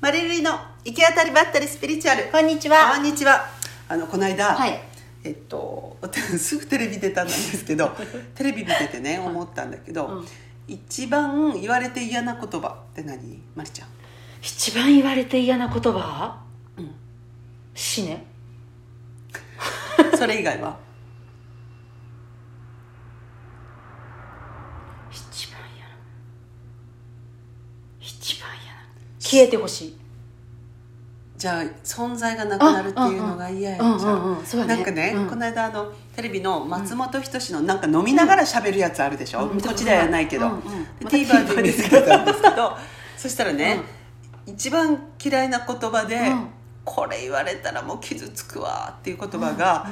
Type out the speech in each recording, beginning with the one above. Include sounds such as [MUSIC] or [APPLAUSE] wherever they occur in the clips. マリルリの行き当たりばったりスピリチュアルこんにちはこんにちはあのこの間、はいえっと [LAUGHS] すぐテレビ出たんですけ [LAUGHS] どテレビ見ててね思ったんだけど、うん一番言われて嫌な言葉って何マリちゃん一番言われて嫌な言葉は、うん死ねそれ以外は一番嫌な一番嫌な消えてほしいじゃあ存在がなくなるっていうのが嫌やじゃあうんうんうんそうやねなんかね、うんこの間あのテレビの松本人志のなんか飲みながら喋るやつあるでしょ、こっちではやらないけど、うんうんでまた TVer で見つけたんですけどそしたらね、一番嫌いな言葉で、うんこれ言われたらもう傷つくわ」っていう言葉が、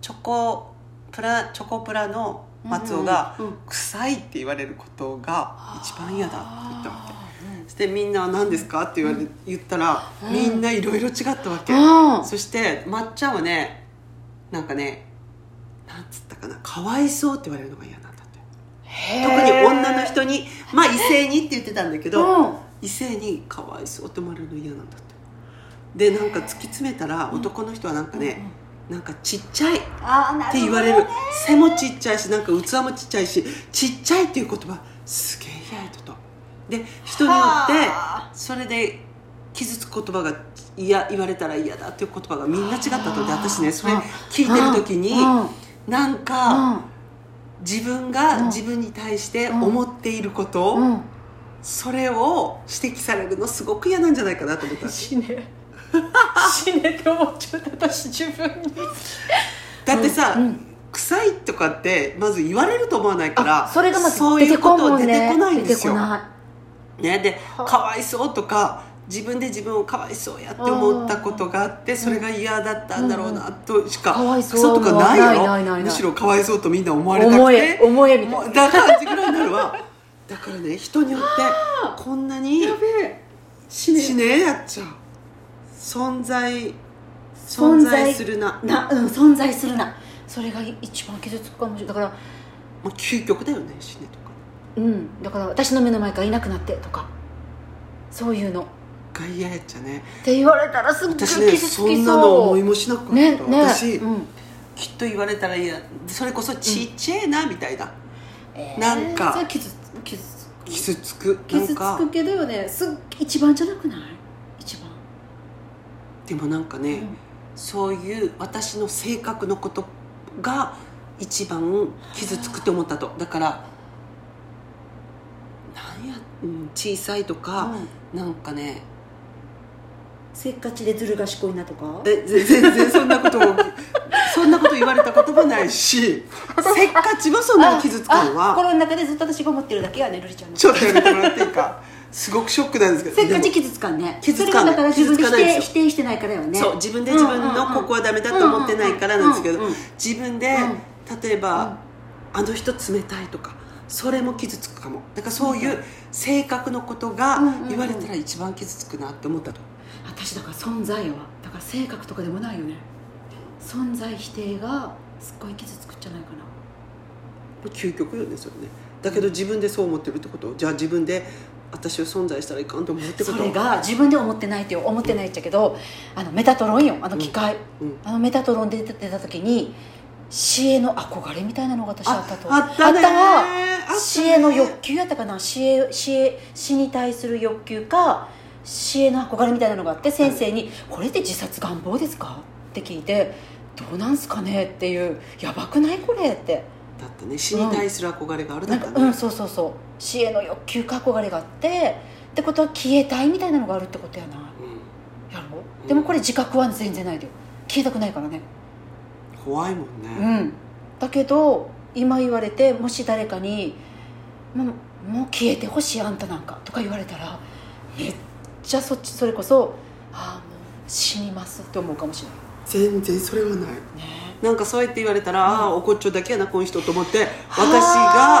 チョコプラチョコプラの松尾がうんうんうん「臭い」って言われることが一番嫌だって言ったわけ。あそしてみんなは何ですかって言われ、言ったら、みんないろいろ違ったわけ、うんそしてまっちゃんはねなんかねなんつったかなかわいそうって言われるのが嫌なんだってー特に女の人にまあ異性にって言ってたんだけど、うん異性にかわいそうって思われるの嫌なんだってでなんか突き詰めたら男の人はなんかね、なんかちっちゃいってあーなるほど言われる背もちっちゃいしなんか器もちっちゃいしちっちゃいっていう言葉すげえ嫌いととで人によはってそれで傷つく言葉が嫌言われたら嫌だっていう言葉がみんな違ったとで私ねそれ聞いてる時にうんうんなんか自分が自分に対して思っていることうんうんそれを指摘されるのすごく嫌なんじゃないかなと思った死ね [LAUGHS] 死ねって思っちゃった私自分にだってさ、うんう臭いとかってまず言われると思わないからあそれがまずそう出いてうここんともん出ねてこないんですよ、出てこなね、ではあかわいそうとか自分で自分をかわいそうやって思ったことがあってそれが嫌だったんだろうなとしかかわいそとうかないよないないないないむしろかわいそうとみんな思わいれたく思てえ思えみたいなもうだから時ぐらいになるわだからね人によってこんなに死ねやっちゃう存在存存在在するなな、うん、存在するなそれが一番傷つくかもしれないだからまあ、究極だよね死ねとかうんだから私の目の前からいなくなってとかそういうのっが嫌やっちゃねて言われたらすっごい私傷つねきそそうんなの思いもしなかった、ねね私、うんきっと言われたら嫌それこそちっちゃいなみたいな、えなんかそれ傷つ傷つく傷つくなん傷つかくけどよねすっ一番じゃなくない一番、でもなんかね、うんそういう私の性格のことが一番傷つくと思ったとだからなんや、うん、小さいとか、なんかねせっかちでずる賢いなとかえぜ全然そんなことも [LAUGHS] そんなこと言われたこともない [LAUGHS] しせっかちもそんなに傷つくのあは心の中でずっと私が思ってるだけやねルリちゃんのちょっとやめてもらっていいかすごくショックなんですけどせっかでちも傷つかんね傷つかんないそれがだから自分で傷つか否ないです定よ否定してないからよねそう自分で自分のここはダメだと思ってないからなんですけうんうんどうん自分で例えばあの人冷たいとかそれも傷つくかもだからそういう性格のことがうんうん言われたら一番傷つくなって思ったと私だから存在やわだから性格とかでもないよね存在否定がすっごい傷つくんじゃないかな究極よねそれねだけど自分でそう思ってるってことじゃあ自分で私は存在したらいかんと思うってことそれが自分で思ってないっていう思ってないっちゃけどあのメタトロンよあの機械、うんうんあのメタトロンで出てた時に死への憧れみたいなのが私あったとああったねあわあったね死への欲求やったかな死へ死へ死に対する欲求か死への憧れみたいなのがあって先生に「これって自殺願望ですか?」って聞いて「どうなんすかね?」っていう「やばくないこれ」ってだってね死に対する憧れがあるだなんかからうんねそうそうそう死への欲求か憧れがあってってことは消えたいみたいなのがあるってことやなうんやろでもこれ自覚は全然ないでよ消えたくないからね怖いもんうねんだけど今言われてもし誰かに「もうもう消えてほしいあんたなんか」とか言われたらめっちゃそっちそれこそ「ああもう死にます」って思うかもしれ全然それはないないねなんかそうやって言われたら、ああおこっちょだけやなこの人と思って私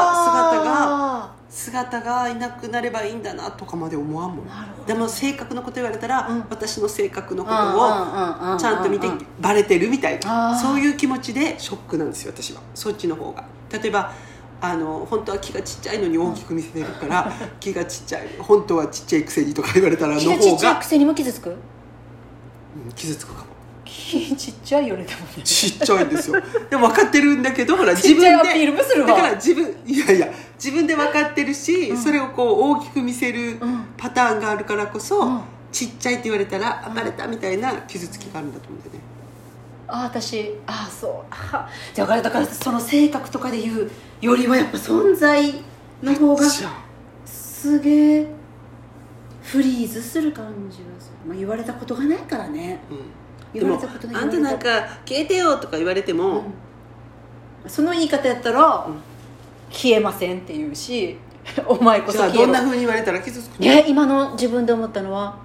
がはあ姿が姿がいなくなればいいんだなとかまで思わんもんなるほどでも性格のこと言われたら、うん私の性格のこうんうんうんうんうとんをちゃんと見てバレてるみたいあなーそういう気持ちでショックなんですよ私はそっちの方が例えばあの本当は気がちっちゃいのに大きく見せてる [LAUGHS] から気がちっちゃい本当はちっちゃいくせにとか言われたらの気がち方っちゃいがくせにも傷つくうん傷つくかも気ちっちゃいよねでもねちっちゃいんですよでも分かってるんだけどほら [LAUGHS] ち自っち分ゃでいアピールもするわだから自分いやいや自分で分かってるし、うんそれをこう大きく見せるうんパターンがあるからこそ、うんちっちゃいって言われたらあバレたみたいな傷つきがあるんだと思うんだよねあ私あそうあじゃあだからその性格とかで言うよりはやっぱ存在の方がじゃあすげえフリーズする感じがする、まあ、言われたことがないからねうんで言わもれたことないあんたなんか消えてよとか言われて言わも、れたうんその言い方やったら、うん消えませんって言うし [LAUGHS] お前こじそゃあ消えどんろなふうに言われたら傷つくのいや今の自分で思ったのは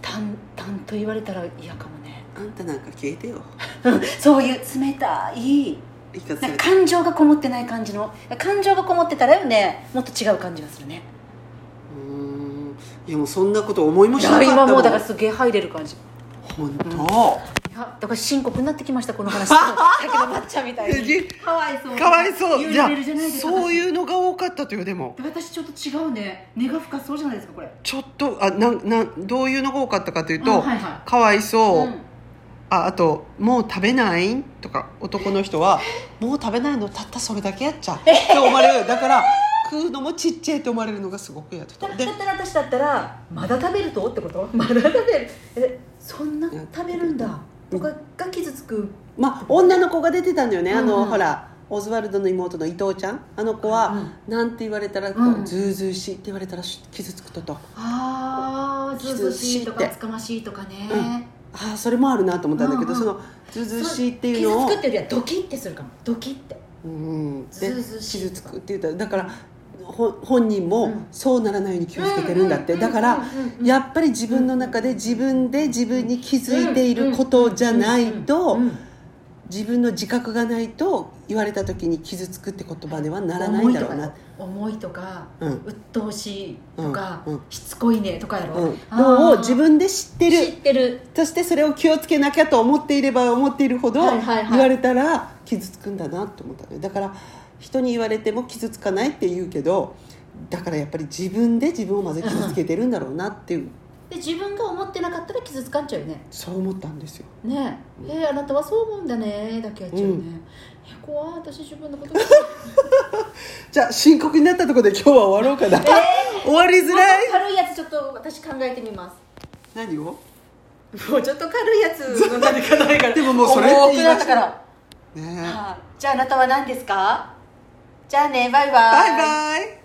淡々と言われたら嫌かもねあんたなんか消えてよそういう冷たい言い方さなんれかて感情がこもってない感じの感情がこもってたらよねもっと違う感じがするねうーんいやもうそんなこと思いもいしなかやったもん今もうだからすげえ入れる感じい本当、やだから深刻になってきましたこ [LAUGHS] の話さっきのまっちゃんみたいにえかわいそうかわいそう言われるじゃないですかそうういうのが多かったというでも私ちょっと違うね根が深そうじゃないですかこれちょっとあなんなんどういうのが多かったかというと、うんはいはかわいそう、うんああと「もう食べない?」とか男の人は「もう食べないのたったそれだけやっちゃ」って思われるだから食うのもちっちゃいと思われるのがすごく嫌だとだでだったら私だったらまだ食べるとってことまだ食べるえそんな食べるんだとかが傷つくまあ女の子が出てたんだよねあの、うんうんほらオズワルドの妹の伊藤ちゃんあの子は、なんて言われたらこう、うんうんずうずうしいって言われたらし傷つくととああずうずうしいと傷ついかてつかましいとかね、うんああそれもあるなと思ったんだけど、うんうんそのずうずうしいっていうのを傷つくっていうよりはドキッてするかもドキッてうん、でずうずうしい傷つくって言ったらだからほ本人もんそうならないように気をつけてるんだって、だから、やっぱり自分の中で自分で自分に気づいていることじゃないと自分の自覚がないと言われた時に傷つくって言葉ではならないんだろうな思いとかう思いんとか鬱陶しいとか、うんうんしつこいねとかやろ、うんあーのを自分で知って知るってるそしてそれを気をつけなきゃと思っていれば思っているほどはいはいはい言われたら傷つくんだなと思ったのよだから人に言われても傷つかないって言うけどだからやっぱり自分で自分をまず傷つけてるんだろうなっていうで自分が思ってなかったら傷つかんちゃうよねそう思ったんですよねえ、えーあなたはそう思うんだねだけやっちゃうね、ううん怖い私自分 [LAUGHS] のことがじゃあ深刻になったところで今日は終わろうかな、終わりづらい軽いやつちょっと私考えてみま何をすもうちょっと軽いやつの何かないから [LAUGHS] でももうそれって言いました重くなったからねえはいじゃああなたは何ですかじゃあねバイバイバイバイ